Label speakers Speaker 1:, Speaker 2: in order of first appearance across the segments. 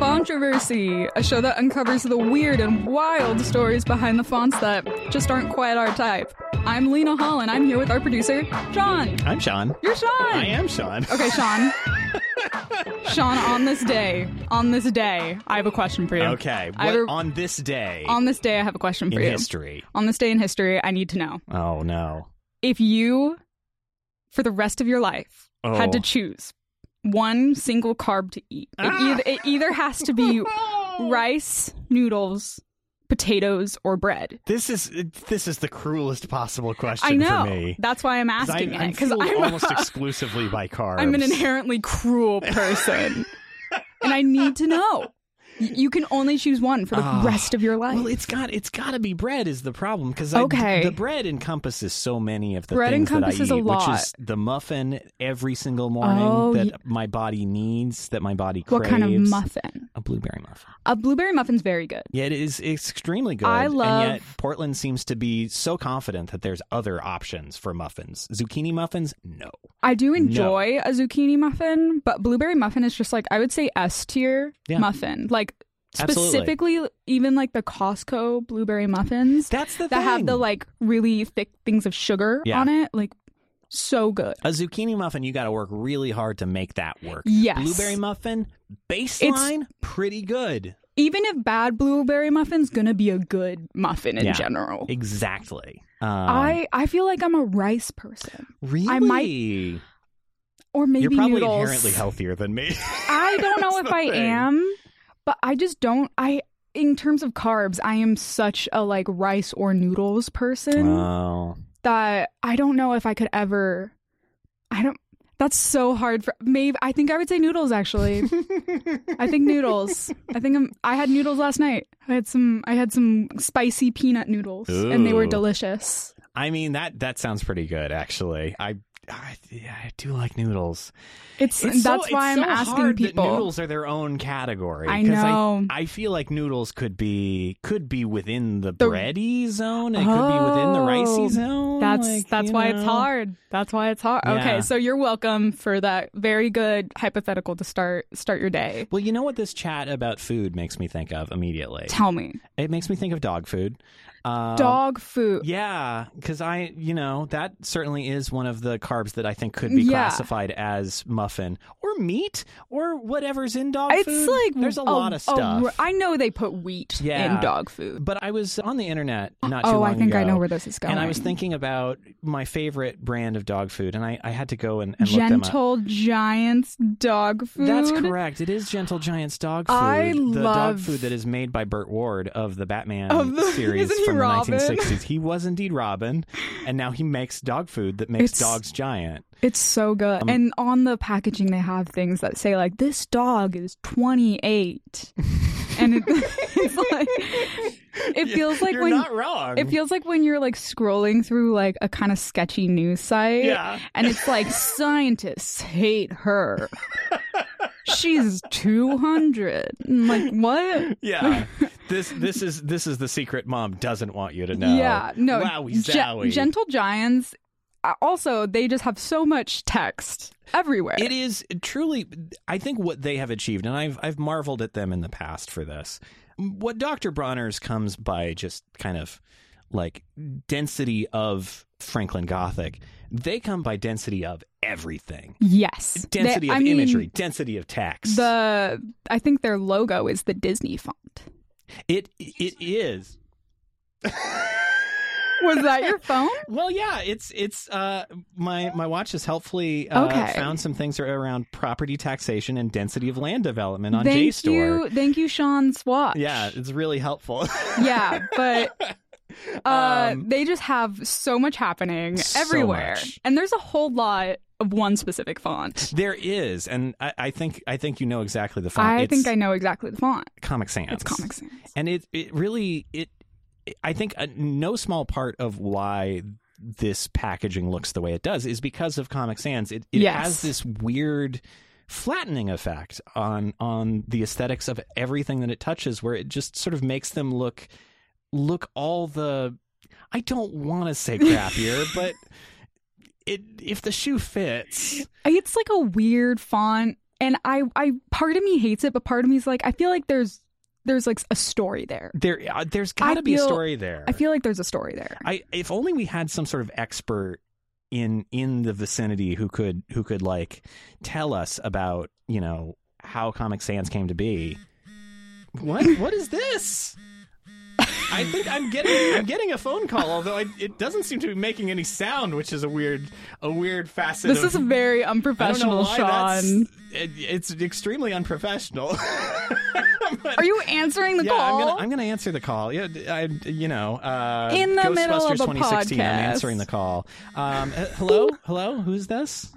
Speaker 1: Controversy, a show that uncovers the weird and wild stories behind the fonts that just aren't quite our type. I'm Lena Hall, and I'm here with our producer, Sean.
Speaker 2: I'm Sean.
Speaker 1: You're Sean.
Speaker 2: I am Sean.
Speaker 1: Okay, Sean. Sean, on this day, on this day, I have a question for you.
Speaker 2: Okay.
Speaker 1: I
Speaker 2: What,
Speaker 1: have a-
Speaker 2: on this day
Speaker 1: on this day, I have a question for
Speaker 2: in
Speaker 1: you.
Speaker 2: history.
Speaker 1: On this day in history, I need to know
Speaker 2: Oh no.
Speaker 1: if you, for the rest of your life, had to
Speaker 2: Oh.
Speaker 1: choose one single carb to eat. It,
Speaker 2: Ah! Oh,
Speaker 1: either, it either has to be rice, noodles, potatoes, or bread.
Speaker 2: This is this is the cruelest possible question
Speaker 1: I know.
Speaker 2: for me.
Speaker 1: That's why I'm
Speaker 2: 'Cause
Speaker 1: asking
Speaker 2: I'm, I'm
Speaker 1: it because
Speaker 2: fueled
Speaker 1: I'm,
Speaker 2: almost
Speaker 1: a-
Speaker 2: exclusively by carbs.
Speaker 1: I'm an inherently cruel person, and I need to know. Y- You can only choose one for the
Speaker 2: Ah.
Speaker 1: rest of your life.
Speaker 2: Well, it's got it's got to be bread is the problem because
Speaker 1: Okay.
Speaker 2: the bread encompasses so many of the
Speaker 1: Bread
Speaker 2: things
Speaker 1: encompasses
Speaker 2: that
Speaker 1: a
Speaker 2: I eat, which
Speaker 1: lot.
Speaker 2: is the muffin every single morning
Speaker 1: Oh,
Speaker 2: that
Speaker 1: ye-
Speaker 2: my body needs, that my body
Speaker 1: what
Speaker 2: craves.
Speaker 1: kind of muffin?
Speaker 2: A blueberry muffin.
Speaker 1: A blueberry muffin's very good.
Speaker 2: Yeah, it is it's extremely good.
Speaker 1: I
Speaker 2: And yet,
Speaker 1: love-
Speaker 2: Portland seems to be so confident that there's other options for muffins. Zucchini muffins, no.
Speaker 1: I do enjoy a zucchini muffin, but blueberry muffin is just like I would say S tier
Speaker 2: Yeah.
Speaker 1: muffin. Like
Speaker 2: Absolutely.
Speaker 1: specifically, even like the Costco blueberry muffins
Speaker 2: That's the
Speaker 1: that
Speaker 2: thing.
Speaker 1: have the like really thick things of sugar
Speaker 2: Yeah.
Speaker 1: on it. Like so good.
Speaker 2: a zucchini muffin, you got to work really hard to make that work.
Speaker 1: Yes.
Speaker 2: Blueberry muffin, baseline, pretty good.
Speaker 1: Even if bad blueberry muffin's gonna be a good muffin in
Speaker 2: Yeah.
Speaker 1: general.
Speaker 2: Exactly. Um,
Speaker 1: I I feel like I'm a rice person,
Speaker 2: really.
Speaker 1: I might- or maybe
Speaker 2: You're probably
Speaker 1: noodles.
Speaker 2: inherently healthier than me.
Speaker 1: I don't know
Speaker 2: That's
Speaker 1: if
Speaker 2: the
Speaker 1: I
Speaker 2: thing.
Speaker 1: am, but I just don't. I in terms of carbs, I am such a like rice or noodles person
Speaker 2: oh,
Speaker 1: that I don't know if I could ever. I don't. That's so hard for maybe. I think I would say noodles actually. I think noodles. I think I'm, I had noodles last night. I had some. I had some spicy peanut noodles, and they were
Speaker 2: Ooh.
Speaker 1: delicious.
Speaker 2: I mean that that sounds pretty good actually. I I, yeah, I do like noodles.
Speaker 1: It's,
Speaker 2: It's so-
Speaker 1: that's why
Speaker 2: it's
Speaker 1: I'm
Speaker 2: so
Speaker 1: asking
Speaker 2: hard that
Speaker 1: people.
Speaker 2: noodles are their own category.
Speaker 1: I
Speaker 2: 'cause
Speaker 1: know.
Speaker 2: I, feel like noodles could be could be within the,
Speaker 1: The-
Speaker 2: bready zone. It could be within the
Speaker 1: Oh,
Speaker 2: ricey zone.
Speaker 1: That's
Speaker 2: like,
Speaker 1: that's
Speaker 2: you
Speaker 1: why it's
Speaker 2: know.
Speaker 1: hard. That's why it's hard.
Speaker 2: Yeah.
Speaker 1: Okay, so you're welcome for that very good hypothetical to start start your day.
Speaker 2: Well, you know what this chat about food makes me think of immediately.
Speaker 1: Tell me,
Speaker 2: It makes me think of dog food. Um,
Speaker 1: dog food.
Speaker 2: Yeah, because I, you know, that certainly is one of the carbs that I think could be
Speaker 1: Yeah.
Speaker 2: classified as muffin or meat or whatever's in dog
Speaker 1: It's
Speaker 2: food.
Speaker 1: like
Speaker 2: there's a, lot of stuff.
Speaker 1: I know they put wheat
Speaker 2: Yeah.
Speaker 1: in dog food.
Speaker 2: but I was on the internet not too
Speaker 1: Oh,
Speaker 2: long
Speaker 1: I think I
Speaker 2: ago,
Speaker 1: know where this is going.
Speaker 2: and I was thinking about my favorite brand of dog food, and I, I had to go and, and look them up.
Speaker 1: Gentle Giants dog food.
Speaker 2: That's correct. It is Gentle Giant's dog food.
Speaker 1: I
Speaker 2: the dog
Speaker 1: love-
Speaker 2: food that is made by Burt Ward of the Batman
Speaker 1: Of the-
Speaker 2: series
Speaker 1: Isn't he
Speaker 2: from
Speaker 1: Robin?
Speaker 2: the 1960s. He was indeed Robin, and now he makes dog food that makes
Speaker 1: It's-
Speaker 2: dogs giant.
Speaker 1: It's so good.
Speaker 2: Um,
Speaker 1: and on the packaging, they have things that say like, "This dog is 28," and it, it's like it feels like
Speaker 2: You're
Speaker 1: when
Speaker 2: not wrong.
Speaker 1: it feels like when you're like scrolling through like a kind of sketchy news site,
Speaker 2: Yeah.
Speaker 1: and it's like scientists hate her. She's 200. And, like what?
Speaker 2: yeah. This this is this is the secret mom doesn't want you to know.
Speaker 1: Yeah, no.
Speaker 2: Wowie
Speaker 1: Ge-
Speaker 2: zowie.
Speaker 1: Gentle Giants. uh, Also, they just have so much text everywhere.
Speaker 2: It is truly, I think, what they have achieved, and I've I've marveled at them in the past for this. What Dr. Bronner's comes by just kind of like density of Franklin Gothic, they come by density of everything,
Speaker 1: yes. They-
Speaker 2: density
Speaker 1: I
Speaker 2: of
Speaker 1: mean,
Speaker 2: imagery, density of text.
Speaker 1: The I think their logo is the Disney font.
Speaker 2: it it is.
Speaker 1: Was that your phone?
Speaker 2: Well, yeah, it's it's uh my my watch has helpfully uh,
Speaker 1: Okay.
Speaker 2: found some things around property taxation and density of land development on
Speaker 1: thank
Speaker 2: JSTOR.
Speaker 1: you, thank you, Sean Swatch.
Speaker 2: Yeah, it's really helpful.
Speaker 1: yeah, but uh,
Speaker 2: Um,
Speaker 1: they just have so much happening
Speaker 2: So
Speaker 1: everywhere,
Speaker 2: much.
Speaker 1: and there's a whole lot of one specific font.
Speaker 2: there is, and I, I think I think you know exactly the font.
Speaker 1: I
Speaker 2: it's
Speaker 1: think I know exactly the font.
Speaker 2: Comic Sans.
Speaker 1: It's Comic Sans.
Speaker 2: and it it really it. I think uh no small part of why this packaging looks the way it does is because of Comic Sans. It, it
Speaker 1: Yes.
Speaker 2: has this weird flattening effect on on the aesthetics of everything that it touches, where it just sort of makes them look look all the. I don't want to say crappier, but it if the shoe fits,
Speaker 1: It's like a weird font. and I I part of me hates it, but part of me's like I feel like there's there's like a story there.
Speaker 2: There, uh, there's got to be a
Speaker 1: feel-
Speaker 2: story there.
Speaker 1: I feel like there's a story there.
Speaker 2: I if only we had some sort of expert in in the vicinity who could who could like tell us about you know how Comic Sans came to be. What what is this? I think I'm getting I'm getting a phone call, although I, it doesn't seem to be making any sound, which is a weird a weird facet.
Speaker 1: this
Speaker 2: of,
Speaker 1: is very
Speaker 2: I don't know
Speaker 1: unprofessional,
Speaker 2: why
Speaker 1: Sean.
Speaker 2: that's it, it's extremely unprofessional. But-
Speaker 1: Are you answering the
Speaker 2: yeah,
Speaker 1: call?
Speaker 2: I'm gonna I'm gonna answer the call. Yeah, d- I you know uh,
Speaker 1: In the
Speaker 2: Ghostbusters
Speaker 1: middle of a
Speaker 2: 2016. I'm
Speaker 1: podcast.
Speaker 2: answering the call. Um, uh, hello, hello, who's this?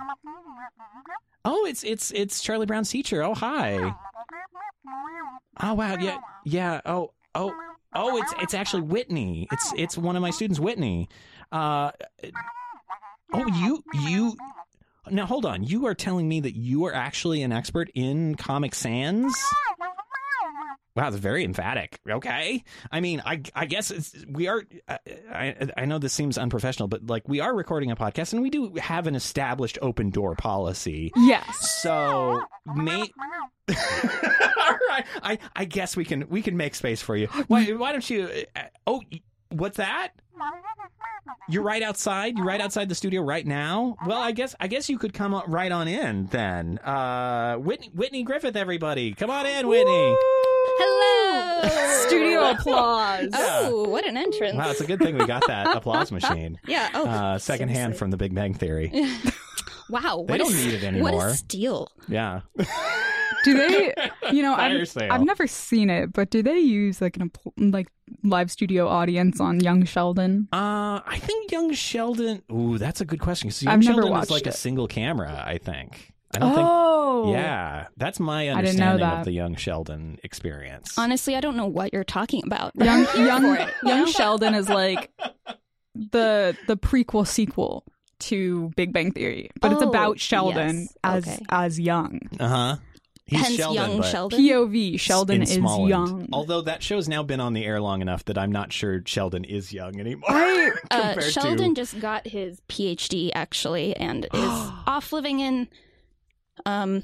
Speaker 2: Oh, it's it's it's Charlie Brown's teacher. Oh, hi. Oh wow, yeah, yeah. Oh oh oh, it's it's actually Whitney. It's it's one of my students, Whitney. Uh, oh, you you. Now hold on. You are telling me that you are actually an expert in Comic Sans? Wow, that's very emphatic. Okay, I mean, I I guess it's, we are. I, I I know this seems unprofessional, but like we are recording a podcast, and we do have an established open door policy.
Speaker 1: yes.
Speaker 2: So, may all right, I I guess we can we can make space for you. Why why don't you? Uh, oh, what's that? You're right outside. You're right outside the studio right now. Well, I guess I guess you could come o- right on in then. Uh, Whitney Whitney Griffith, everybody, come on in, Whitney.
Speaker 3: Hello.
Speaker 1: Studio applause.
Speaker 3: Oh, what an entrance.
Speaker 2: Wow, it's a good thing we got that applause machine.
Speaker 3: Yeah. Oh,
Speaker 2: Uh, secondhand
Speaker 3: seriously.
Speaker 2: from The Big Bang Theory.
Speaker 3: Wow. What
Speaker 2: They don't
Speaker 3: a-
Speaker 2: need it
Speaker 3: What
Speaker 2: anymore.
Speaker 3: a steal.
Speaker 2: Yeah.
Speaker 1: Do they? You know,
Speaker 2: Fire
Speaker 1: I've,
Speaker 2: sale.
Speaker 1: I've never seen it, but do they use like an apl- like live studio audience on Young Sheldon?
Speaker 2: Uh, I think Young Sheldon. Ooh, that's a good question. So Young
Speaker 1: I've never
Speaker 2: Sheldon is
Speaker 1: watched
Speaker 2: like a
Speaker 1: it.
Speaker 2: single camera. I think. I don't
Speaker 1: Oh,
Speaker 2: think. Yeah, that's my
Speaker 1: I didn't know
Speaker 2: understanding of
Speaker 1: that.
Speaker 2: the Young Sheldon experience.
Speaker 3: Honestly, I don't know what you're talking about.
Speaker 1: Young
Speaker 3: I'm here for
Speaker 1: Young
Speaker 3: it, you
Speaker 1: Young
Speaker 3: know?
Speaker 1: Sheldon is like the the prequel sequel to Big Bang Theory, but it's
Speaker 3: Oh,
Speaker 1: about Sheldon
Speaker 3: yes.
Speaker 1: as
Speaker 3: Okay.
Speaker 1: as young
Speaker 2: Uh huh. He's
Speaker 3: Hence,
Speaker 2: Sheldon,
Speaker 3: young
Speaker 2: but
Speaker 3: Sheldon.
Speaker 1: POV. Sheldon
Speaker 2: in
Speaker 1: is
Speaker 2: Smallland.
Speaker 1: young.
Speaker 2: Although that show's now been on the air long enough that I'm not sure Sheldon is young anymore.
Speaker 1: I-
Speaker 3: Uh,
Speaker 2: compared to-
Speaker 3: Sheldon just got his PhD actually, and is off living in. Um,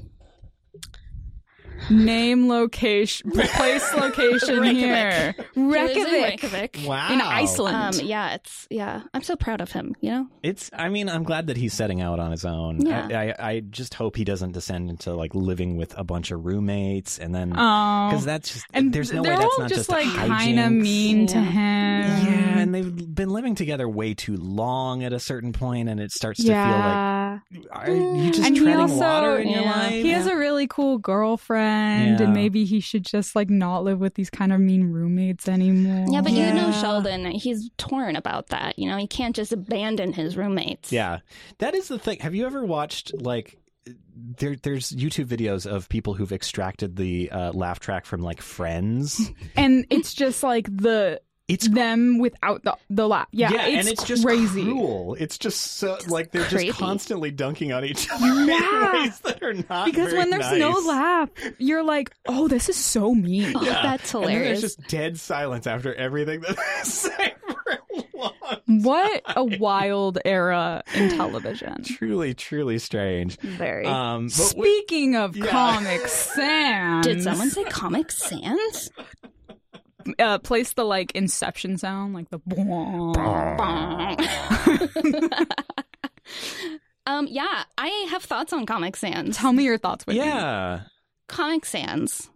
Speaker 1: Name location, place location
Speaker 3: Reykjavik.
Speaker 1: here.
Speaker 3: he lives in
Speaker 1: Reykjavik.
Speaker 3: Reykjavik.
Speaker 2: wow.
Speaker 1: In Iceland.
Speaker 3: Um, yeah, it's yeah. I'm so proud of him. You know,
Speaker 2: It's. I mean, I'm glad that he's setting out on his own.
Speaker 3: Yeah.
Speaker 2: I, I, I just hope he doesn't descend into like living with a bunch of roommates and
Speaker 3: Um,
Speaker 2: then
Speaker 1: Oh.
Speaker 2: because that's just
Speaker 1: And
Speaker 2: there's no way
Speaker 1: they're
Speaker 2: that's
Speaker 1: all
Speaker 2: not
Speaker 1: just
Speaker 2: just,
Speaker 1: like kind of
Speaker 2: hijinks.
Speaker 1: mean to
Speaker 3: Yeah.
Speaker 1: him.
Speaker 2: Yeah, and they've been living together way too long at a certain point, and it starts to
Speaker 1: Yeah. Mm.
Speaker 2: feel like are you just
Speaker 1: And he
Speaker 2: treading
Speaker 1: also-
Speaker 2: water in your
Speaker 3: yeah.
Speaker 2: life?
Speaker 1: He has a really cool girlfriend,
Speaker 2: Yeah.
Speaker 1: and maybe he should just like not live with these kind of mean roommates anymore.
Speaker 3: yeah, but you know
Speaker 2: Oh, Yeah.
Speaker 3: Sheldon, he's torn about that. You know, he can't just abandon his roommates.
Speaker 2: Yeah, that is the thing. Have you ever watched like there? There's YouTube videos of people who've extracted the uh, laugh track from like Friends.
Speaker 1: and it's just like the
Speaker 2: It's
Speaker 1: them without the the lap. Yeah, it's,
Speaker 2: and it's just
Speaker 1: crazy.
Speaker 2: cruel. It's just so like they're
Speaker 3: creepy.
Speaker 2: just constantly dunking on each other
Speaker 1: Yeah.
Speaker 2: in ways that are not
Speaker 1: Because
Speaker 2: very
Speaker 1: when there's no
Speaker 2: nice.
Speaker 1: laugh, you're like, oh, this is so mean.
Speaker 3: Oh,
Speaker 2: Yeah.
Speaker 3: that's
Speaker 2: And then there's
Speaker 3: hilarious.
Speaker 2: just dead silence after everything that they say for a long
Speaker 1: What a wild era in television.
Speaker 2: Truly, truly strange.
Speaker 3: Very.
Speaker 2: Um, but we-
Speaker 1: Speaking of
Speaker 2: Yeah.
Speaker 1: Comic Sans,
Speaker 3: Did someone say Comic Sans?
Speaker 1: uh, place the like Inception sound, like the boom?
Speaker 3: um, yeah, I have thoughts on Comic Sans.
Speaker 1: Tell me your thoughts. Whitney.
Speaker 2: yeah.
Speaker 3: Comic Sans,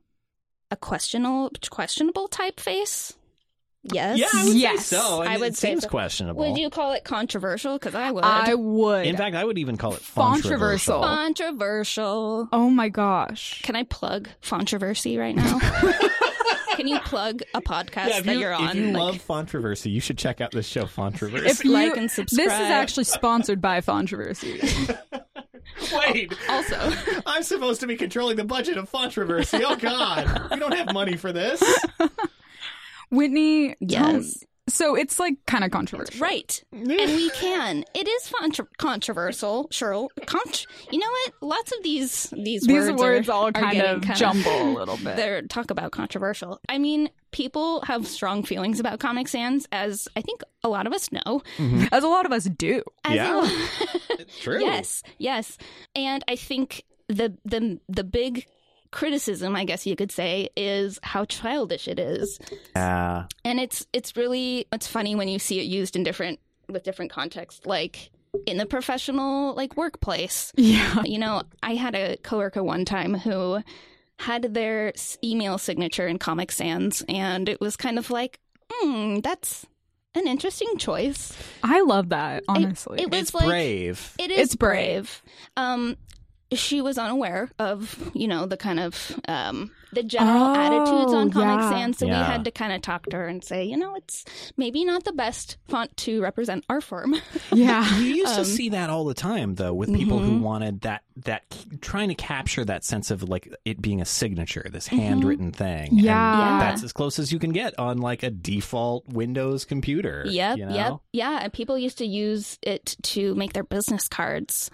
Speaker 3: a questionable questionable typeface. Yes.
Speaker 2: Yeah, I would
Speaker 1: Yes.
Speaker 2: say so. And
Speaker 3: I would
Speaker 2: it
Speaker 3: say
Speaker 2: seems
Speaker 3: so.
Speaker 2: questionable.
Speaker 3: Would you call it controversial? Because I would.
Speaker 1: I would.
Speaker 2: In fact, I would even call it
Speaker 1: Controversial.
Speaker 2: controversial.
Speaker 3: controversial.
Speaker 1: oh my gosh.
Speaker 3: Can I plug controversy right now? Can you plug a podcast
Speaker 2: Yeah, if
Speaker 3: that
Speaker 2: you,
Speaker 3: you're
Speaker 2: if
Speaker 3: on?
Speaker 2: you
Speaker 3: Like,
Speaker 2: love Fontroversy, you should check out this show, Fontroversy.
Speaker 1: If you,
Speaker 3: like and subscribe.
Speaker 1: This is actually sponsored by Controversy.
Speaker 2: Wait,
Speaker 3: also,
Speaker 2: I'm supposed to be controlling the budget of Fontroversy. Oh, God. we don't have money for this.
Speaker 1: Whitney, tell-
Speaker 3: yes,
Speaker 1: so it's like kind of controversial.
Speaker 3: right. and we can. It is contro- controversial, Cheryl. Contr- you know what? Lots of these these,
Speaker 1: These
Speaker 3: words,
Speaker 1: words,
Speaker 3: are,
Speaker 1: all
Speaker 3: are
Speaker 1: kind
Speaker 3: getting
Speaker 1: of
Speaker 3: kinda-
Speaker 1: jumble a little bit.
Speaker 3: They're talk about controversial. I mean, people have strong feelings about Comic Sans, as I think a lot of us know.
Speaker 1: As a lot of us do.
Speaker 3: As a
Speaker 2: Yeah.
Speaker 3: lo-
Speaker 2: True.
Speaker 3: yes, yes, and I think the the the big criticism, I guess you could say, is how childish it is.
Speaker 2: Uh,
Speaker 3: and it's it's really it's funny when you see it used in different with different contexts like in the professional like workplace
Speaker 1: Yeah.
Speaker 3: you know i had a coworker one time who had their s- email signature in comic sans and it was kind of like hmm that's an interesting choice
Speaker 1: I love that, honestly.
Speaker 3: it was
Speaker 2: it's
Speaker 3: like
Speaker 2: brave.
Speaker 3: it is
Speaker 1: It's brave.
Speaker 3: brave. Um, she was unaware of you know the kind of um, the general
Speaker 1: Oh,
Speaker 3: attitudes on Comic
Speaker 1: yeah.
Speaker 3: Sans, so we
Speaker 2: Yeah.
Speaker 3: had to kind of talk to her and say, you know, it's maybe not the best font to represent our firm.
Speaker 1: yeah.
Speaker 2: You used to
Speaker 3: Um, Mm-hmm.
Speaker 2: see that all the time, though, with people who wanted that that trying to capture that sense of like it being a signature, this
Speaker 3: Mm-hmm.
Speaker 2: handwritten thing. And
Speaker 1: Yeah.
Speaker 2: that's as close as you can get on like a default Windows computer.
Speaker 3: yep,
Speaker 2: you
Speaker 3: yep,
Speaker 2: know?
Speaker 3: yeah. And people used to use it to make their business cards.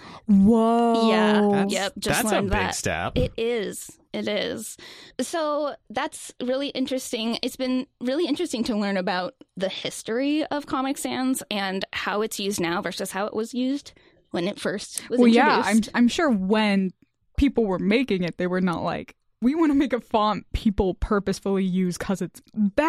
Speaker 1: Whoa.
Speaker 3: Yeah.
Speaker 2: That's,
Speaker 3: Yep, just
Speaker 2: that's a
Speaker 3: learned
Speaker 2: big
Speaker 3: that.
Speaker 2: step.
Speaker 3: It is. It is. So that's really interesting. It's been really interesting to learn about the history of Comic Sans and how it's used now versus how it was used when it first was
Speaker 1: Well,
Speaker 3: introduced.
Speaker 1: yeah. I'm, I'm sure when people were making it, they were not like, we want to make a font people purposefully use because it's bad.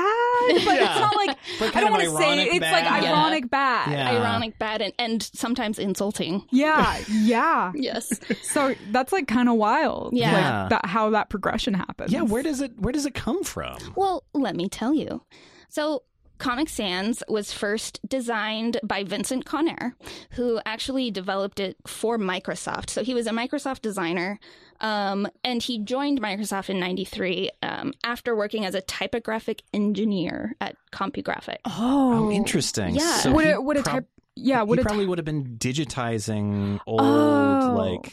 Speaker 1: But
Speaker 2: Yeah.
Speaker 1: it's not like,
Speaker 2: But
Speaker 1: I
Speaker 2: kind
Speaker 1: don't want
Speaker 2: of
Speaker 1: to say
Speaker 2: ironic
Speaker 1: it's like
Speaker 2: bad.
Speaker 3: Yeah.
Speaker 1: ironic bad.
Speaker 2: Yeah.
Speaker 3: Ironic, bad, and, and sometimes insulting.
Speaker 1: Yeah, yeah.
Speaker 3: Yes.
Speaker 1: So that's like kind of wild.
Speaker 3: Yeah.
Speaker 2: Yeah.
Speaker 1: like, that how that progression happens.
Speaker 2: Yeah, where does it where does it come from?
Speaker 3: Well, let me tell you. So, Comic Sans was first designed by Vincent Conner, who actually developed it for Microsoft. So, he was a Microsoft designer, um, and he joined Microsoft in 93 um, after working as a typographic engineer at CompuGraphic.
Speaker 1: Oh,
Speaker 2: Oh, interesting.
Speaker 3: Yeah.
Speaker 2: So
Speaker 1: Would
Speaker 2: he
Speaker 1: it- would it
Speaker 2: prob-
Speaker 1: type- Yeah, what
Speaker 2: he
Speaker 1: a
Speaker 2: probably would have been digitizing old
Speaker 1: Oh.
Speaker 2: like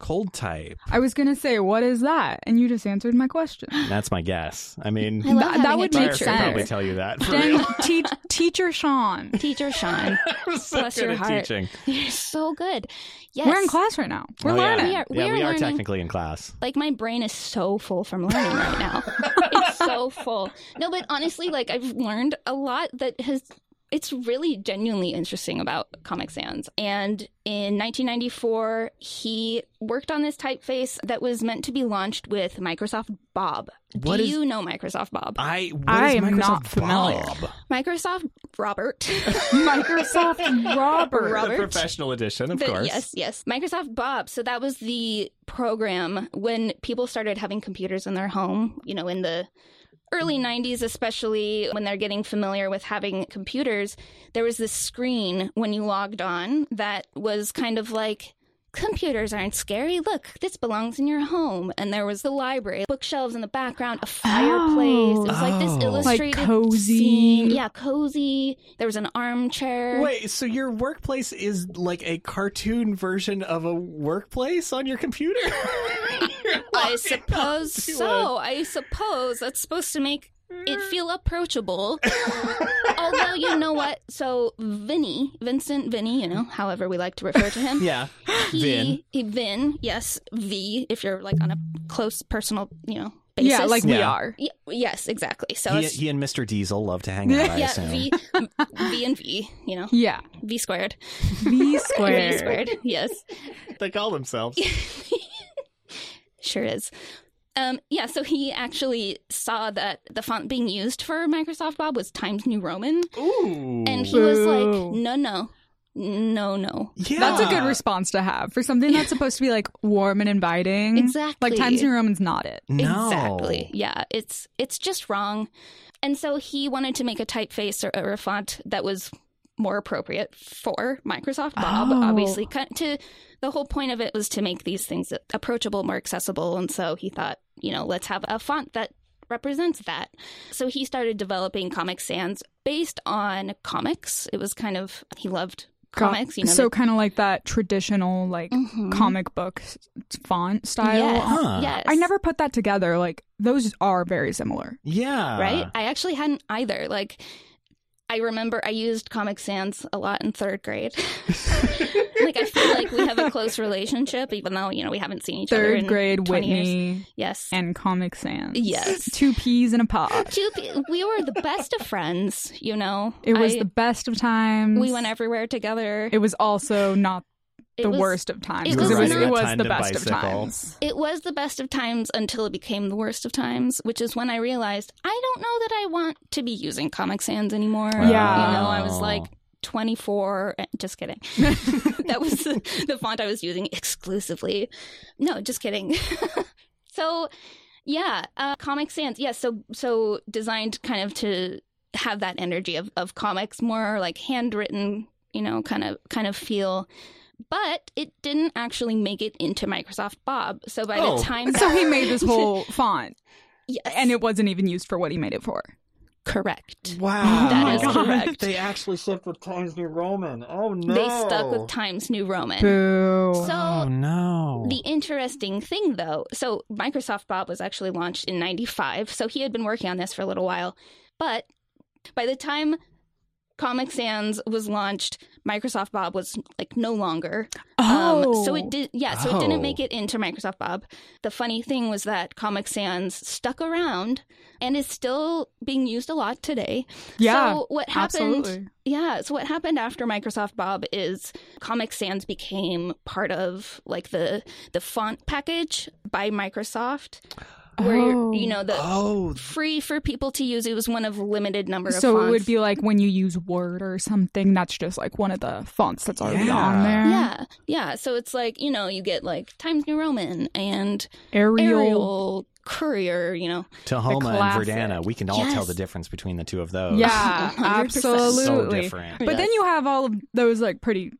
Speaker 2: cold type.
Speaker 1: I was gonna say, what is that? And you just answered my question.
Speaker 2: That's my guess. I mean,
Speaker 3: I love
Speaker 1: That-
Speaker 3: having
Speaker 1: that
Speaker 3: a
Speaker 1: would
Speaker 2: Briar
Speaker 1: make
Speaker 3: teacher.
Speaker 2: could probably
Speaker 1: sense.
Speaker 2: tell you that. For real.
Speaker 1: Dang, te- teacher Sean,
Speaker 3: Teacher Sean,
Speaker 2: I'm so
Speaker 3: Bless your heart. you're so good. Yes.
Speaker 1: we're in class right now. We're
Speaker 2: Oh, yeah.
Speaker 1: learning.
Speaker 3: We are- we
Speaker 2: yeah,
Speaker 3: are
Speaker 2: we are
Speaker 3: learning.
Speaker 2: technically in class.
Speaker 3: like my brain is so full from learning right now. it's so full. No, but honestly, like I've learned a lot that has it's really genuinely interesting about Comic Sans. And in 1994, he worked on this typeface that was meant to be launched with Microsoft Bob.
Speaker 2: What
Speaker 3: Do
Speaker 2: is- Uh.
Speaker 3: you know Microsoft Bob?
Speaker 2: I what
Speaker 1: I
Speaker 2: is
Speaker 1: am
Speaker 2: Microsoft
Speaker 1: not familiar.
Speaker 2: Bob?
Speaker 3: Microsoft Robert.
Speaker 1: Microsoft Robert.
Speaker 2: The
Speaker 3: Robert?
Speaker 2: professional edition, of
Speaker 3: The-
Speaker 2: course.
Speaker 3: Yes, yes. Microsoft Bob. So that was the program when people started having computers in their home, you know, in the early 90s, especially when they're getting familiar with having computers. There was this screen when you logged on that was kind of like, Computers aren't scary. Look, this belongs in your home. And there was the library, bookshelves in the background, a fireplace. It was like
Speaker 2: Oh.
Speaker 3: this
Speaker 2: Like
Speaker 3: illustrated
Speaker 1: cozy.
Speaker 3: scene. Yeah, cozy. There was an armchair.
Speaker 2: Wait, so your workplace is like a cartoon version of a workplace on your computer?
Speaker 3: I suppose
Speaker 2: to
Speaker 3: so. I suppose that's supposed to make it feel approachable. Although you know what? So Vinny, Vincent Vinny, you know, however we like to refer to him.
Speaker 2: yeah.
Speaker 3: He, he- Vin, yes, V if you're like on a close personal, you know, basis.
Speaker 1: Yeah, like we
Speaker 2: Yeah.
Speaker 1: are.
Speaker 3: Y- yes, exactly. So
Speaker 2: He,
Speaker 3: it's
Speaker 2: he and Mr. Diesel love to hang out, I
Speaker 3: yeah,
Speaker 2: assume.
Speaker 3: V V and V, you know,
Speaker 1: Yeah,
Speaker 3: V squared.
Speaker 1: V
Speaker 3: V
Speaker 1: squared.
Speaker 3: squared. Yes.
Speaker 2: They call themselves.
Speaker 3: Sure is. Um, yeah, so he actually saw that the font being used for Microsoft Bob was Times New Roman,
Speaker 2: Ooh.
Speaker 3: and he was like,
Speaker 1: Ooh.
Speaker 3: "No, no, no, no."
Speaker 2: yeah.
Speaker 1: That's a good response to have for something that's supposed to be like warm and inviting.
Speaker 3: Exactly.
Speaker 1: Hmm? Like Times New Roman's not it.
Speaker 2: No.
Speaker 3: Exactly. Yeah, it's it's just wrong, and so he wanted to make a typeface or, or a font that was more appropriate for Microsoft Bob.
Speaker 1: Oh.
Speaker 3: Obviously, Ki- to the whole point of it was to make these things approachable, more accessible, and so he thought, you know, let's have a font that represents that. So he started developing Comic Sans based on comics. It was kind of he loved
Speaker 1: Got-
Speaker 3: comics, you know.
Speaker 1: so kind of like that traditional like
Speaker 3: the- Mhm.
Speaker 1: comic book s- font style.
Speaker 3: Yes,
Speaker 2: Huh.
Speaker 3: yes.
Speaker 1: I never put that together. Like those are very similar.
Speaker 2: Yeah.
Speaker 1: Uh.
Speaker 3: right? I actually hadn't either. Like, I remember I used Comic Sans a lot in third grade. like, I feel like we have a close relationship, even though you know we haven't seen each other.
Speaker 1: Third
Speaker 3: in
Speaker 1: grade
Speaker 3: 20 years.
Speaker 1: Whitney
Speaker 3: Yes.
Speaker 1: and Comic Sans.
Speaker 3: Yes.
Speaker 1: Two peas in a pod.
Speaker 3: Two pe- we were the best of friends, you know.
Speaker 1: It was
Speaker 3: I-
Speaker 1: the best of times.
Speaker 3: we went everywhere together.
Speaker 1: It was also not
Speaker 3: It
Speaker 1: the
Speaker 3: was-
Speaker 1: worst of times.
Speaker 3: it
Speaker 1: because
Speaker 3: was
Speaker 1: it was,
Speaker 3: riding
Speaker 1: it
Speaker 3: a
Speaker 1: was the
Speaker 2: tandem
Speaker 1: best of
Speaker 2: bicycle.
Speaker 1: times.
Speaker 3: It was the best of times until it became the worst of times, which is when I realized I don't know that I want to be using Comic Sans anymore.
Speaker 1: Yeah.
Speaker 3: You know, I was like
Speaker 2: Wow.
Speaker 3: 24. eh, Just kidding. that was the, the font I was using exclusively. No, just kidding. so, yeah, uh, Comic Sans. Yes, so so designed kind of to have that energy of, of comics, more like handwritten, you know, kind of kind of feel. But it didn't actually make it into Microsoft Bob. So by
Speaker 2: Oh.
Speaker 3: the time that,
Speaker 1: So he made this whole font,
Speaker 3: yes,
Speaker 1: and it wasn't even used for what he made it for.
Speaker 3: correct.
Speaker 2: Wow.
Speaker 3: That is correct.
Speaker 2: Oh They actually stuck with Times New Roman. Oh, no.
Speaker 3: They stuck with Times New Roman.
Speaker 1: Boo.
Speaker 3: So um,
Speaker 2: Oh, no.
Speaker 3: The interesting thing, though, so Microsoft Bob was actually launched in 95, so he had been working on this for a little while. But by the time Comic Sans was launched, Microsoft Bob was like no longer.
Speaker 1: Oh,
Speaker 3: Um, so it did, yeah, so it
Speaker 2: Oh.
Speaker 3: didn't make it into Microsoft Bob. The funny thing was that Comic Sans stuck around and is still being used a lot today.
Speaker 1: yeah,
Speaker 3: So what happened?
Speaker 1: absolutely.
Speaker 3: Yeah. So what happened after Microsoft Bob is Comic Sans became part of like the the font package by Microsoft, where
Speaker 1: Oh.
Speaker 3: you know the
Speaker 2: oh,
Speaker 3: free for people to use. It was one of limited number of
Speaker 1: So
Speaker 3: fonts.
Speaker 1: it would be like when you use Word or something. That's just like one of the fonts that's already
Speaker 2: Yeah.
Speaker 1: on there.
Speaker 3: yeah, yeah. So it's like you know you get like Times New Roman and
Speaker 1: Arial.
Speaker 3: Arial Courier. You know,
Speaker 2: Tahoma and
Speaker 1: classic.
Speaker 2: Verdana. We can all tell
Speaker 3: Yes.
Speaker 2: the difference between the two of those.
Speaker 1: Yeah,
Speaker 3: 100%.
Speaker 2: Oh. So
Speaker 1: absolutely.
Speaker 2: different.
Speaker 1: but then you have all of those like pretty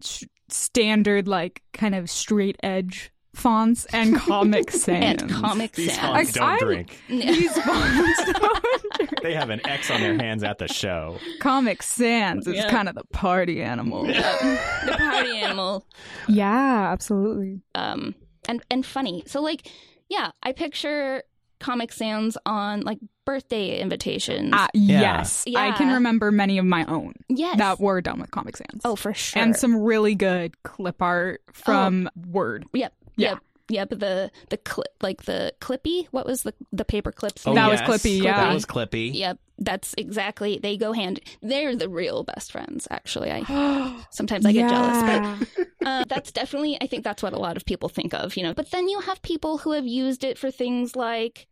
Speaker 1: sh- standard, like kind of straight edge fonts and Comic Sans.
Speaker 3: and Comic
Speaker 2: These
Speaker 3: Sans.
Speaker 2: fonts don't
Speaker 1: I'm-
Speaker 2: drink.
Speaker 1: These fonts don't-
Speaker 2: They have an X on their hands at the show.
Speaker 1: Comic Sans is
Speaker 3: Yeah.
Speaker 1: kind of the party animal.
Speaker 3: um, the party animal.
Speaker 1: Yeah, absolutely.
Speaker 3: um and and funny. So like yeah, I picture Comic Sans on like birthday invitations.
Speaker 1: Uh,
Speaker 2: Yeah.
Speaker 1: Yes, I
Speaker 3: Yeah.
Speaker 1: can remember many of my own
Speaker 3: yes.
Speaker 1: that were done with Comic Sans.
Speaker 3: oh, for sure. Oh.
Speaker 1: and some really good clip art from Word.
Speaker 3: yep.
Speaker 1: yeah.
Speaker 3: Yep. Yep, the the clip like the Clippy, what was the the paper clips?
Speaker 1: Oh, That was Clippy, yeah.
Speaker 2: That was Clippy.
Speaker 3: Yep, that's exactly. They go hand. They're the real best friends, actually. I sometimes I get jealous, but uh, that's definitely. I think that's what a lot of people think of, you know. But then you have people who have used it for things like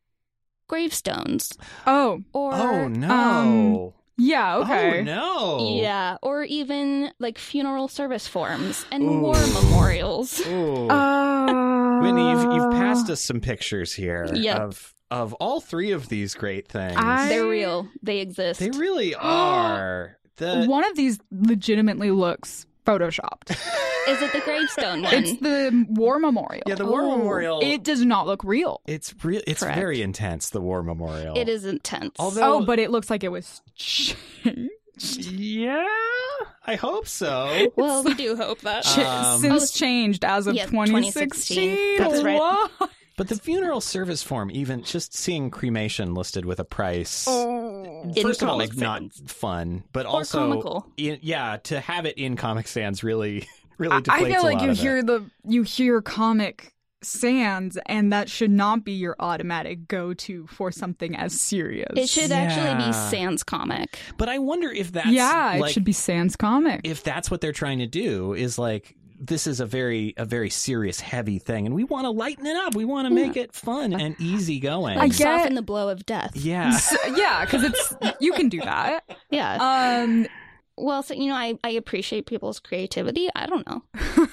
Speaker 3: gravestones
Speaker 1: oh,
Speaker 3: or
Speaker 2: Oh, no.
Speaker 1: um, yeah,
Speaker 2: Oh,
Speaker 1: okay.
Speaker 2: no.
Speaker 3: Yeah, or even like funeral service forms and
Speaker 2: Ooh.
Speaker 3: war memorials.
Speaker 2: Ooh.
Speaker 1: Uh,
Speaker 2: Whitney, you've, you've passed us some pictures here
Speaker 3: Yep.
Speaker 2: of of all three of these great things.
Speaker 1: I-
Speaker 3: They're real. They exist.
Speaker 2: They really are. The
Speaker 1: One of these legitimately looks photoshopped.
Speaker 3: Is it the gravestone one?
Speaker 1: it's the war memorial.
Speaker 2: yeah, the war
Speaker 3: Oh.
Speaker 2: memorial.
Speaker 1: It does not look real.
Speaker 2: it's real. It's
Speaker 3: Correct.
Speaker 2: very intense. The war memorial.
Speaker 3: It is intense.
Speaker 2: Although,
Speaker 1: Oh, but it looks like it was changed
Speaker 2: yeah, I hope so.
Speaker 3: well, we do hope that.
Speaker 2: Uh, Um,
Speaker 1: since
Speaker 3: Oh,
Speaker 1: changed as of
Speaker 3: yeah,
Speaker 1: 2016.
Speaker 3: 2016. That's right.
Speaker 1: What?
Speaker 2: But the funeral service form, even just seeing cremation listed with a price.
Speaker 1: Oh.
Speaker 3: In
Speaker 2: First of all,
Speaker 3: Comic
Speaker 2: like not
Speaker 3: Sans.
Speaker 2: fun, but
Speaker 3: Or
Speaker 2: also
Speaker 3: comical.
Speaker 2: i- yeah, to have it in Comic Sans really, really
Speaker 1: I
Speaker 2: deflates
Speaker 1: I feel
Speaker 2: a
Speaker 1: like
Speaker 2: lot
Speaker 1: you
Speaker 2: of it.
Speaker 1: hear the you hear comic sans, and that should not be your automatic go to for something as serious.
Speaker 3: It should actually be
Speaker 2: Yeah.
Speaker 3: Sans comic.
Speaker 2: But I wonder if that's
Speaker 1: yeah,
Speaker 2: like,
Speaker 1: it should be sans comic.
Speaker 2: if that's what they're trying to do is like this is a very a very serious heavy thing and we want to lighten it up we want to make it fun and easy going
Speaker 1: I
Speaker 3: Like
Speaker 1: get-
Speaker 3: soften the blow of death.
Speaker 2: yeah
Speaker 1: So- yeah, because it's you can do that.
Speaker 3: Yeah.
Speaker 1: Um,
Speaker 3: well, so you know, I, I appreciate people's creativity. I don't know.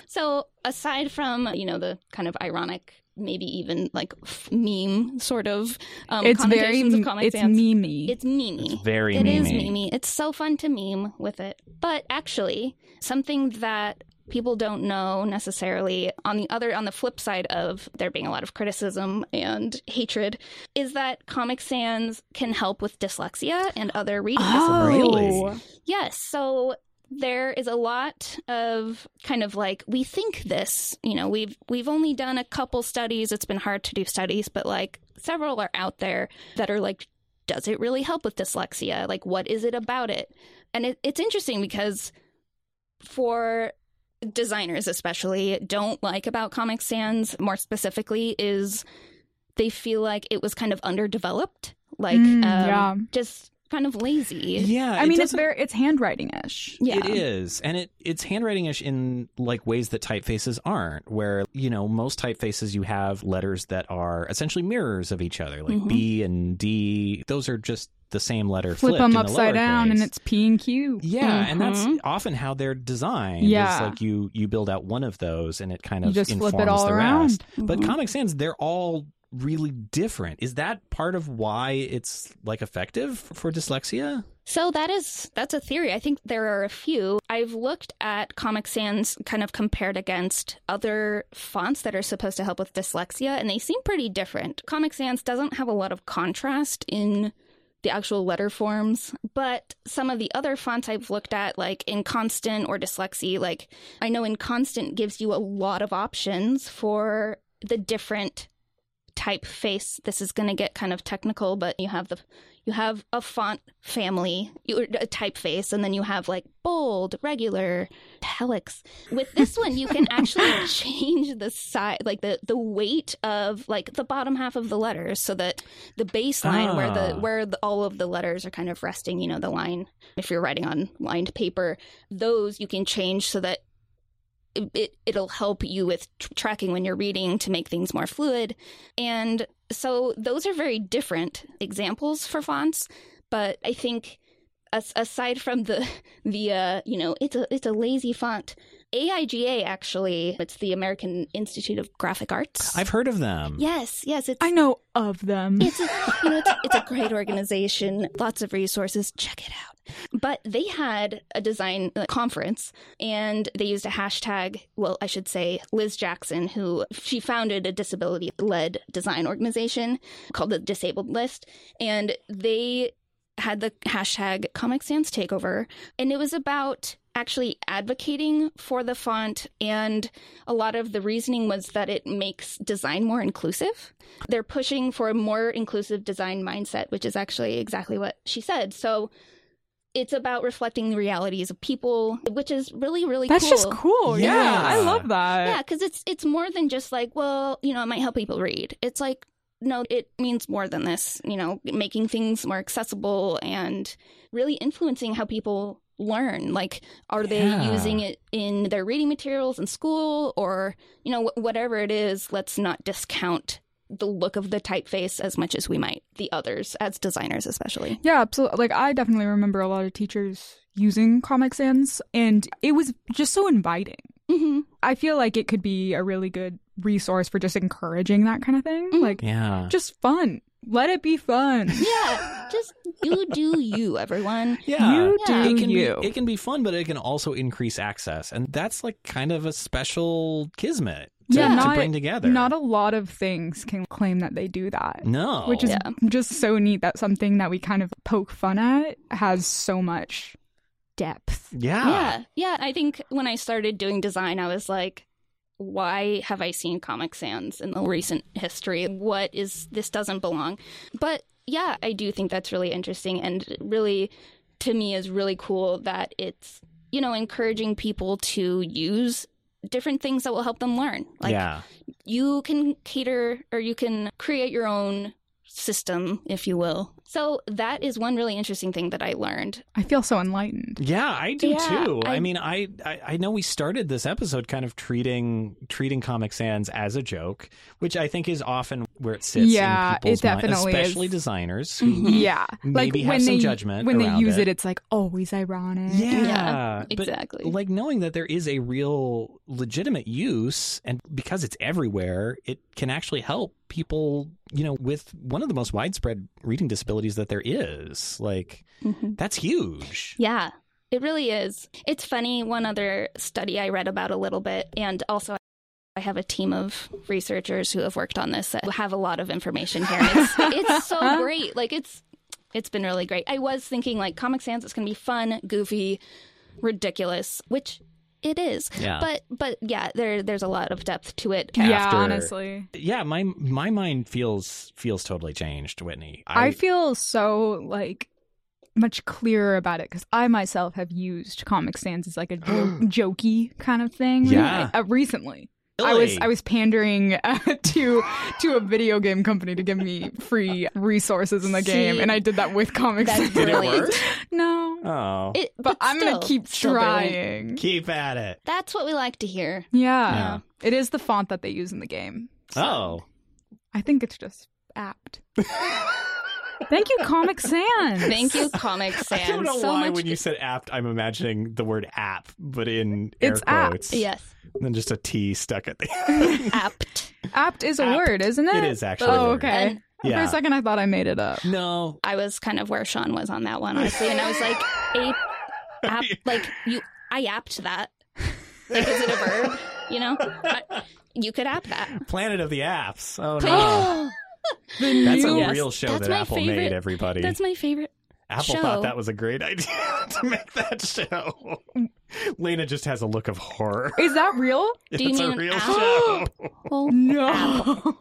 Speaker 3: so aside from you know the kind of ironic, maybe even like f- meme sort of um,
Speaker 1: it's very
Speaker 3: connotations of Comic
Speaker 1: it's
Speaker 3: Sans,
Speaker 1: memey.
Speaker 3: It's memey.
Speaker 2: It's very
Speaker 3: It is
Speaker 2: memey.
Speaker 3: memey. It's so fun to meme with it. But actually, something that people don't know necessarily on the other on the flip side of there being a lot of criticism and hatred is that Comic Sans can help with dyslexia and other reading
Speaker 1: oh,
Speaker 3: disabilities.
Speaker 2: Really?
Speaker 3: Yes. So there is a lot of kind of like we think this, you know, we've we've only done a couple studies. It's been hard to do studies, but like several are out there that are like does it really help with dyslexia? Like what is it about it? And it, it's interesting because for designers especially don't like about Comic Sans more specifically is they feel like it was kind of underdeveloped. Like
Speaker 1: Mm,
Speaker 3: um, uh,
Speaker 1: yeah.
Speaker 3: just kind of lazy.
Speaker 2: Yeah,
Speaker 1: I
Speaker 2: it
Speaker 1: mean, it's
Speaker 2: doesn't-
Speaker 1: very it's handwriting ish.
Speaker 3: Yeah.
Speaker 2: It is, and it it's handwriting-ish in like ways that typefaces aren't. Where you know most typefaces, you have letters that are essentially mirrors of each other, like
Speaker 1: Mm-hmm.
Speaker 3: Mhm.
Speaker 2: B and D. Those are just the same letter.
Speaker 1: Flip
Speaker 2: flipped
Speaker 1: them
Speaker 2: in the
Speaker 1: upside down,
Speaker 2: lowercase.
Speaker 1: and it's P and Q.
Speaker 2: yeah, and that's
Speaker 3: Mhm.
Speaker 2: often how they're designed.
Speaker 1: Mm-hmm. Yeah.
Speaker 2: it's like you you build out one of those, and it kind of
Speaker 1: You just flip
Speaker 2: informs
Speaker 1: it all
Speaker 2: the
Speaker 1: around. Mm-hmm.
Speaker 2: rest. But
Speaker 3: Mhm.
Speaker 2: Comic Sans, they're all really different. Is that part of why it's like effective for dyslexia?
Speaker 3: So that is that's a theory. I think there are a few. I've looked at Comic Sans kind of compared against other fonts that are supposed to help with dyslexia and they seem pretty different. Comic Sans doesn't have a lot of contrast in the actual letter forms, but some of the other fonts I've looked at like Inconstant or Dyslexy, like I know Inconstant gives you a lot of options for the different typeface. This is going to get kind of technical, but you have the you have a font family, you, or a typeface, and then you have like bold, regular, italics. With this one, you can actually change the size, like the the weight of like the bottom half of the letters, so that the baseline where the
Speaker 2: Ah.
Speaker 3: where the, all of the letters are kind of resting, you know, the line. If you're writing on lined paper, those you can change so that. It, it, it'll help you with tr- tracking when you're reading to make things more fluid. And so those are very different examples for fonts, but I think as, aside from the the uh, you know it's a it's a lazy font. AIGA actually, it's the American Institute of Graphic Arts.
Speaker 2: I've heard of them.
Speaker 3: yes, yes, it's
Speaker 1: I know of them.
Speaker 3: it's a, you know it's, it's a great organization lots of resources check it out but they had a design uh, conference and they used a hashtag well i should say liz jackson who she founded a disability led design organization called the disabled list and they had the hashtag comic sans takeover and it was about actually advocating for the font and a lot of the reasoning was that it makes design more inclusive they're pushing for a more inclusive design mindset, which is actually exactly what she said. So it's about reflecting the realities of people, which is really, really
Speaker 1: That's
Speaker 3: cool.
Speaker 1: just cool. Yeah.
Speaker 2: Yeah.
Speaker 1: I love that.
Speaker 3: Yeah, because it's it's more than just like, well, you know, it might help people read. It's like, no, it means more than this. You know, making things more accessible and really influencing how people learn. Like, are they
Speaker 2: Yeah.
Speaker 3: using it in their reading materials in school, or you know, wh- whatever it is? Let's not discount the look of the typeface as much as we might the others as designers, especially.
Speaker 1: Yeah, absolutely. Like I definitely remember a lot of teachers using Comic Sans, and it was just so inviting.
Speaker 3: hmm
Speaker 1: I feel like it could be a really good resource for just encouraging that kind of thing.
Speaker 3: Mhm.
Speaker 1: Like
Speaker 2: Mm. Yeah.
Speaker 1: just fun. Let it be fun.
Speaker 3: Yeah, just you do you, everyone.
Speaker 2: Yeah.
Speaker 1: You
Speaker 3: Yeah.
Speaker 1: do
Speaker 2: it can
Speaker 1: you.
Speaker 2: be it can be fun, but it can also increase access, and that's like kind of a special kismet to,
Speaker 1: Yeah,
Speaker 2: to
Speaker 1: not-
Speaker 2: bring together.
Speaker 1: Not a lot of things can claim that they do that.
Speaker 2: no,
Speaker 1: Which is
Speaker 3: Yeah.
Speaker 1: just so neat that something that we kind of poke fun at has so much depth.
Speaker 2: yeah,
Speaker 3: Yeah. Yeah. I think when I started doing design, I was like, why have I seen Comic Sans in the recent history? What is this doesn't belong? But yeah, I do think that's really interesting and really, to me, is really cool that it's, you know, encouraging people to use different things that will help them learn. Like,
Speaker 2: yeah,
Speaker 3: you can cater or you can create your own system, if you will. So that is one really interesting thing that I learned.
Speaker 1: I feel so enlightened.
Speaker 2: yeah. I do
Speaker 3: Yeah,
Speaker 2: too. I,
Speaker 3: I-
Speaker 2: mean, I, I I know we started this episode kind of treating treating Comic Sans as a joke, which I think is often where it sits.
Speaker 1: Yeah,
Speaker 2: in
Speaker 1: it
Speaker 2: people's mind,
Speaker 1: definitely is.
Speaker 2: especially designers. Who,
Speaker 3: Mhm.
Speaker 1: Yeah. like
Speaker 2: Maybe have
Speaker 1: when
Speaker 2: some
Speaker 1: they
Speaker 2: judgment
Speaker 1: when they
Speaker 2: around
Speaker 1: use
Speaker 2: it.
Speaker 1: it's like always ironic.
Speaker 2: Yeah,
Speaker 3: Yeah,
Speaker 2: but
Speaker 3: exactly.
Speaker 2: like knowing that there is a real legitimate use and because it's everywhere it can actually help people you know with one of the most widespread reading disabilities that there is like
Speaker 3: Mm-hmm.
Speaker 2: that's huge
Speaker 3: Yeah, it really is. It's funny. One other study I read about a little bit, and also I have a team of researchers who have worked on this that have a lot of information here. It's, it's so great. Like it's it's been really great. I was thinking like Comic Sans, it's going to be fun, goofy, ridiculous, which it is.
Speaker 2: Yeah.
Speaker 3: But but yeah, there there's a lot of depth to it.
Speaker 1: Yeah,
Speaker 2: After-
Speaker 1: honestly.
Speaker 2: yeah my my mind feels feels totally changed whitney
Speaker 1: I feel so like much clearer about it because I myself have used Comic Sans as like a jo- jokey kind of thing
Speaker 2: Yeah.
Speaker 1: uh, recently. I was
Speaker 2: Illy.
Speaker 1: I was pandering uh, to to a video game company to give me free resources in the game,
Speaker 3: See,
Speaker 1: and I did that with comics.
Speaker 3: that's
Speaker 2: Did it
Speaker 3: brilliant.
Speaker 2: work?
Speaker 1: No,
Speaker 2: Oh,
Speaker 3: It-
Speaker 1: but, I'm gonna
Speaker 3: still-
Speaker 1: keep
Speaker 3: still brilliant.
Speaker 1: trying.
Speaker 2: keep at it.
Speaker 3: That's what we like to hear.
Speaker 1: Yeah.
Speaker 2: Yeah.
Speaker 1: it is the font that they use in the game. So
Speaker 2: Oh,
Speaker 1: I think it's just apt. Thank you, Comic Sans.
Speaker 3: Thank you, Comic Sans.
Speaker 2: I don't know
Speaker 3: so
Speaker 2: why
Speaker 3: much.
Speaker 2: when you said apt, I'm imagining the word app, but in air
Speaker 1: It's apt.
Speaker 2: quotes,
Speaker 3: yes,
Speaker 2: and then just a T stuck at the.
Speaker 3: apt.
Speaker 1: Apt is a
Speaker 2: Apt.
Speaker 1: word, isn't it?
Speaker 2: it is actually. a
Speaker 1: Oh,
Speaker 2: word.
Speaker 1: okay.
Speaker 3: And-
Speaker 1: For
Speaker 2: Yeah.
Speaker 1: a second, I thought I made it up.
Speaker 2: No,
Speaker 3: I was kind of where Sean was on that one, honestly, and I was like, ape, app, like you, I apped that. Like, is it a verb? You know, I- you could app that.
Speaker 2: Planet of the Apps. Oh no, that's a
Speaker 3: Yes.
Speaker 2: real show
Speaker 3: That's
Speaker 2: that
Speaker 3: my
Speaker 2: Apple
Speaker 3: favorite-
Speaker 2: made. Everybody.
Speaker 3: That's my favorite.
Speaker 2: Apple
Speaker 3: show.
Speaker 2: thought that was a great idea to make that show. Lena just has a look of horror.
Speaker 1: Is that real?
Speaker 3: Do you
Speaker 2: it's a
Speaker 3: mean
Speaker 2: real
Speaker 3: Apple?
Speaker 2: show.
Speaker 3: Well,
Speaker 1: No.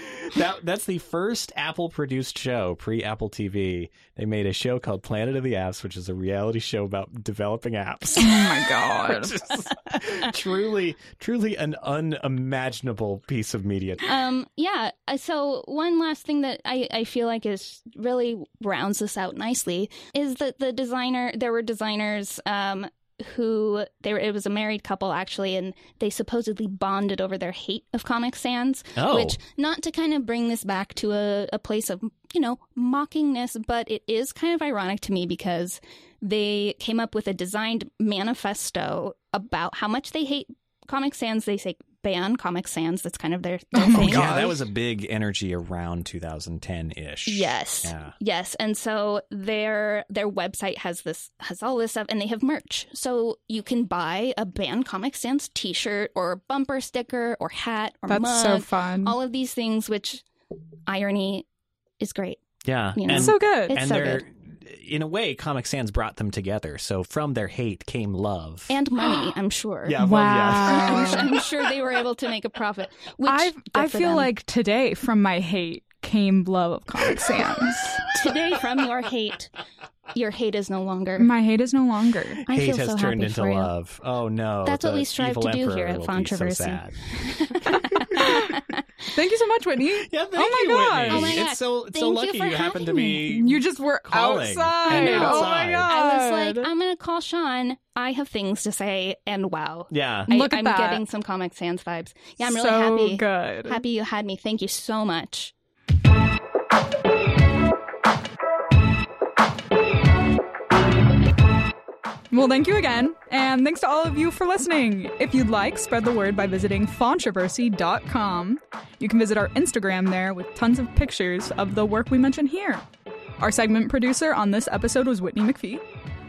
Speaker 2: that that's the first Apple produced show pre Apple TV. They made a show called Planet of the Apps, which is a reality show about developing apps.
Speaker 1: Oh my god.
Speaker 2: Which is truly, truly an unimaginable piece of media.
Speaker 3: um, yeah. uh, So one last thing that I, I feel like is really rounds this out nicely is that the designer there were designers um, who they were it was a married couple actually, and they supposedly bonded over their hate of Comic Sans.
Speaker 2: Oh,
Speaker 3: Which, not to kind of bring this back to a, a place of, you know, mockingness, but it is kind of ironic to me because they came up with a designed manifesto about how much they hate Comic Sans. They say ban Comic Sans. That's kind of their, their
Speaker 1: Oh my
Speaker 3: thing.
Speaker 1: God.
Speaker 2: yeah, that was a big energy around 2010 ish.
Speaker 3: Yes.
Speaker 2: Yeah.
Speaker 3: Yes, and so their their website has this has all this stuff, and they have merch. So you can buy a banned Comic Sans T-shirt or bumper sticker or hat or
Speaker 1: That's
Speaker 3: mug,
Speaker 1: so fun.
Speaker 3: all of these things, which irony is great.
Speaker 2: Yeah.
Speaker 3: You know.
Speaker 1: it's so good.
Speaker 3: It's
Speaker 2: and
Speaker 3: so
Speaker 2: they're in a way comic sans brought them together so from their hate came love
Speaker 3: and money, I'm sure.
Speaker 2: Yeah, well, yeah.
Speaker 1: wow.
Speaker 3: I'm, su- I'm sure they were able to make a profit. Which
Speaker 1: I
Speaker 3: good
Speaker 1: I
Speaker 3: for
Speaker 1: feel
Speaker 3: them.
Speaker 1: like today from my hate came love of Comic Sans.
Speaker 3: today, from your hate, your hate is no longer.
Speaker 1: my hate is no longer.
Speaker 3: I
Speaker 2: hate
Speaker 3: feel
Speaker 2: has
Speaker 3: so
Speaker 2: turned
Speaker 3: happy
Speaker 2: into
Speaker 3: for you.
Speaker 2: love oh no
Speaker 3: That's what
Speaker 2: the
Speaker 3: we strive
Speaker 2: evil
Speaker 3: to do
Speaker 2: emperor
Speaker 3: here at
Speaker 2: will be
Speaker 3: Fontroversy.
Speaker 2: so sad.
Speaker 1: Thank you so much, Whitney.
Speaker 2: yeah thank
Speaker 1: Oh my
Speaker 2: you
Speaker 1: God.
Speaker 2: Whitney.
Speaker 3: Oh my
Speaker 2: it's
Speaker 3: God.
Speaker 2: so it's so
Speaker 3: Thank
Speaker 2: lucky
Speaker 3: you for
Speaker 2: you happen to
Speaker 3: having
Speaker 2: be
Speaker 1: You just were
Speaker 2: Calling and
Speaker 1: outside. Oh
Speaker 2: outside.
Speaker 1: my god.
Speaker 3: I was like, uh, I'm going to call Sean. I have things to say, and wow.
Speaker 2: yeah
Speaker 1: Look
Speaker 3: I,
Speaker 1: at
Speaker 3: am
Speaker 1: that.
Speaker 3: getting some Comic Sans vibes. Yeah, I'm really
Speaker 1: so
Speaker 3: happy.
Speaker 1: good.
Speaker 3: Happy you had me. Thank you so much.
Speaker 1: Well, thank you again, and thanks to all of you for listening. If you'd like, spread the word by visiting fontroversy.com. You can visit our Instagram there with tons of pictures of the work we mention here. Our segment producer on this episode was Whitney McPhee.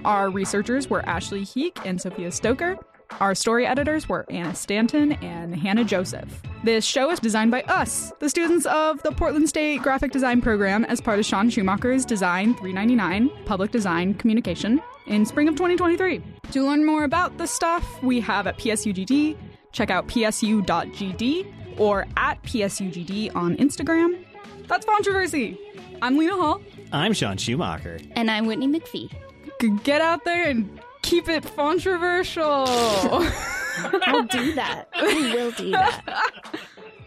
Speaker 1: Our researchers were Ashley Heek and Sophia Stoker. Our story editors were Anna Stanton and Hannah Joseph. This show is designed by us, the students of the Portland State Graphic Design Program, as part of Sean Schumacher's Design 399 Public Design Communication in spring of 2023. To learn more about this stuff we have at PSUGD, check out psu.gd or at PSUGD on Instagram. That's controversy. I'm Lena Hall.
Speaker 2: i'm sean schumacher
Speaker 3: And I'm Whitney McPhee.
Speaker 1: G- Get out there and keep it controversial.
Speaker 3: I'll do that. I will do that.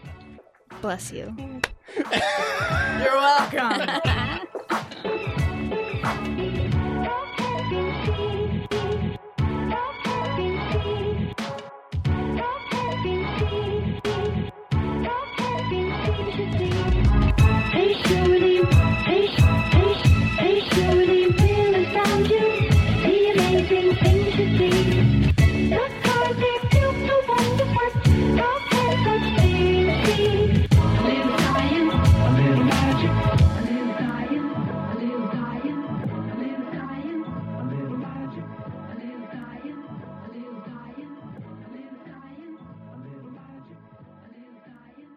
Speaker 3: Bless you.
Speaker 1: You're welcome.
Speaker 4: Hey, shorty, hey, sh- hey, sh- hey, shorty, really found you. The amazing thing to see. The car that built the wonder work. Love has such beauty. A little dying, a little magic. A little dying, a little dying, a little dying, a little magic. A little dying, a little dying, a little dying, a little magic. A little dying, a little dying.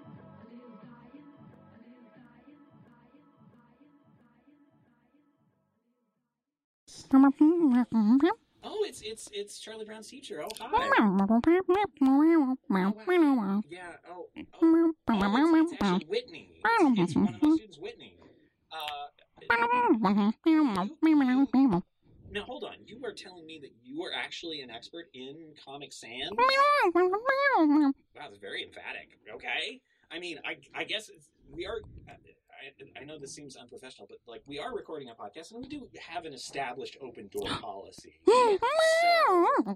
Speaker 2: oh it's it's it's charlie brown's teacher oh hi yeah oh, whitney
Speaker 4: It's- it's one of my
Speaker 2: students whitney uh Now hold on. You are telling me that you are actually an expert in Comic Sans? Wow, that's very emphatic. Okay. I mean, I I guess it's, we are. I, I know this seems unprofessional, but like we are recording a podcast, and we do have an established open door policy. So- All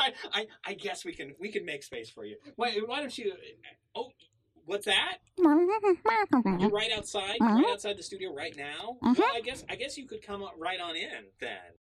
Speaker 2: right. I, I guess we can we can make space for you. Why why don't you? Oh, what's that? You're right outside, right outside the studio right now. Well, I guess I guess you could come up right on in then.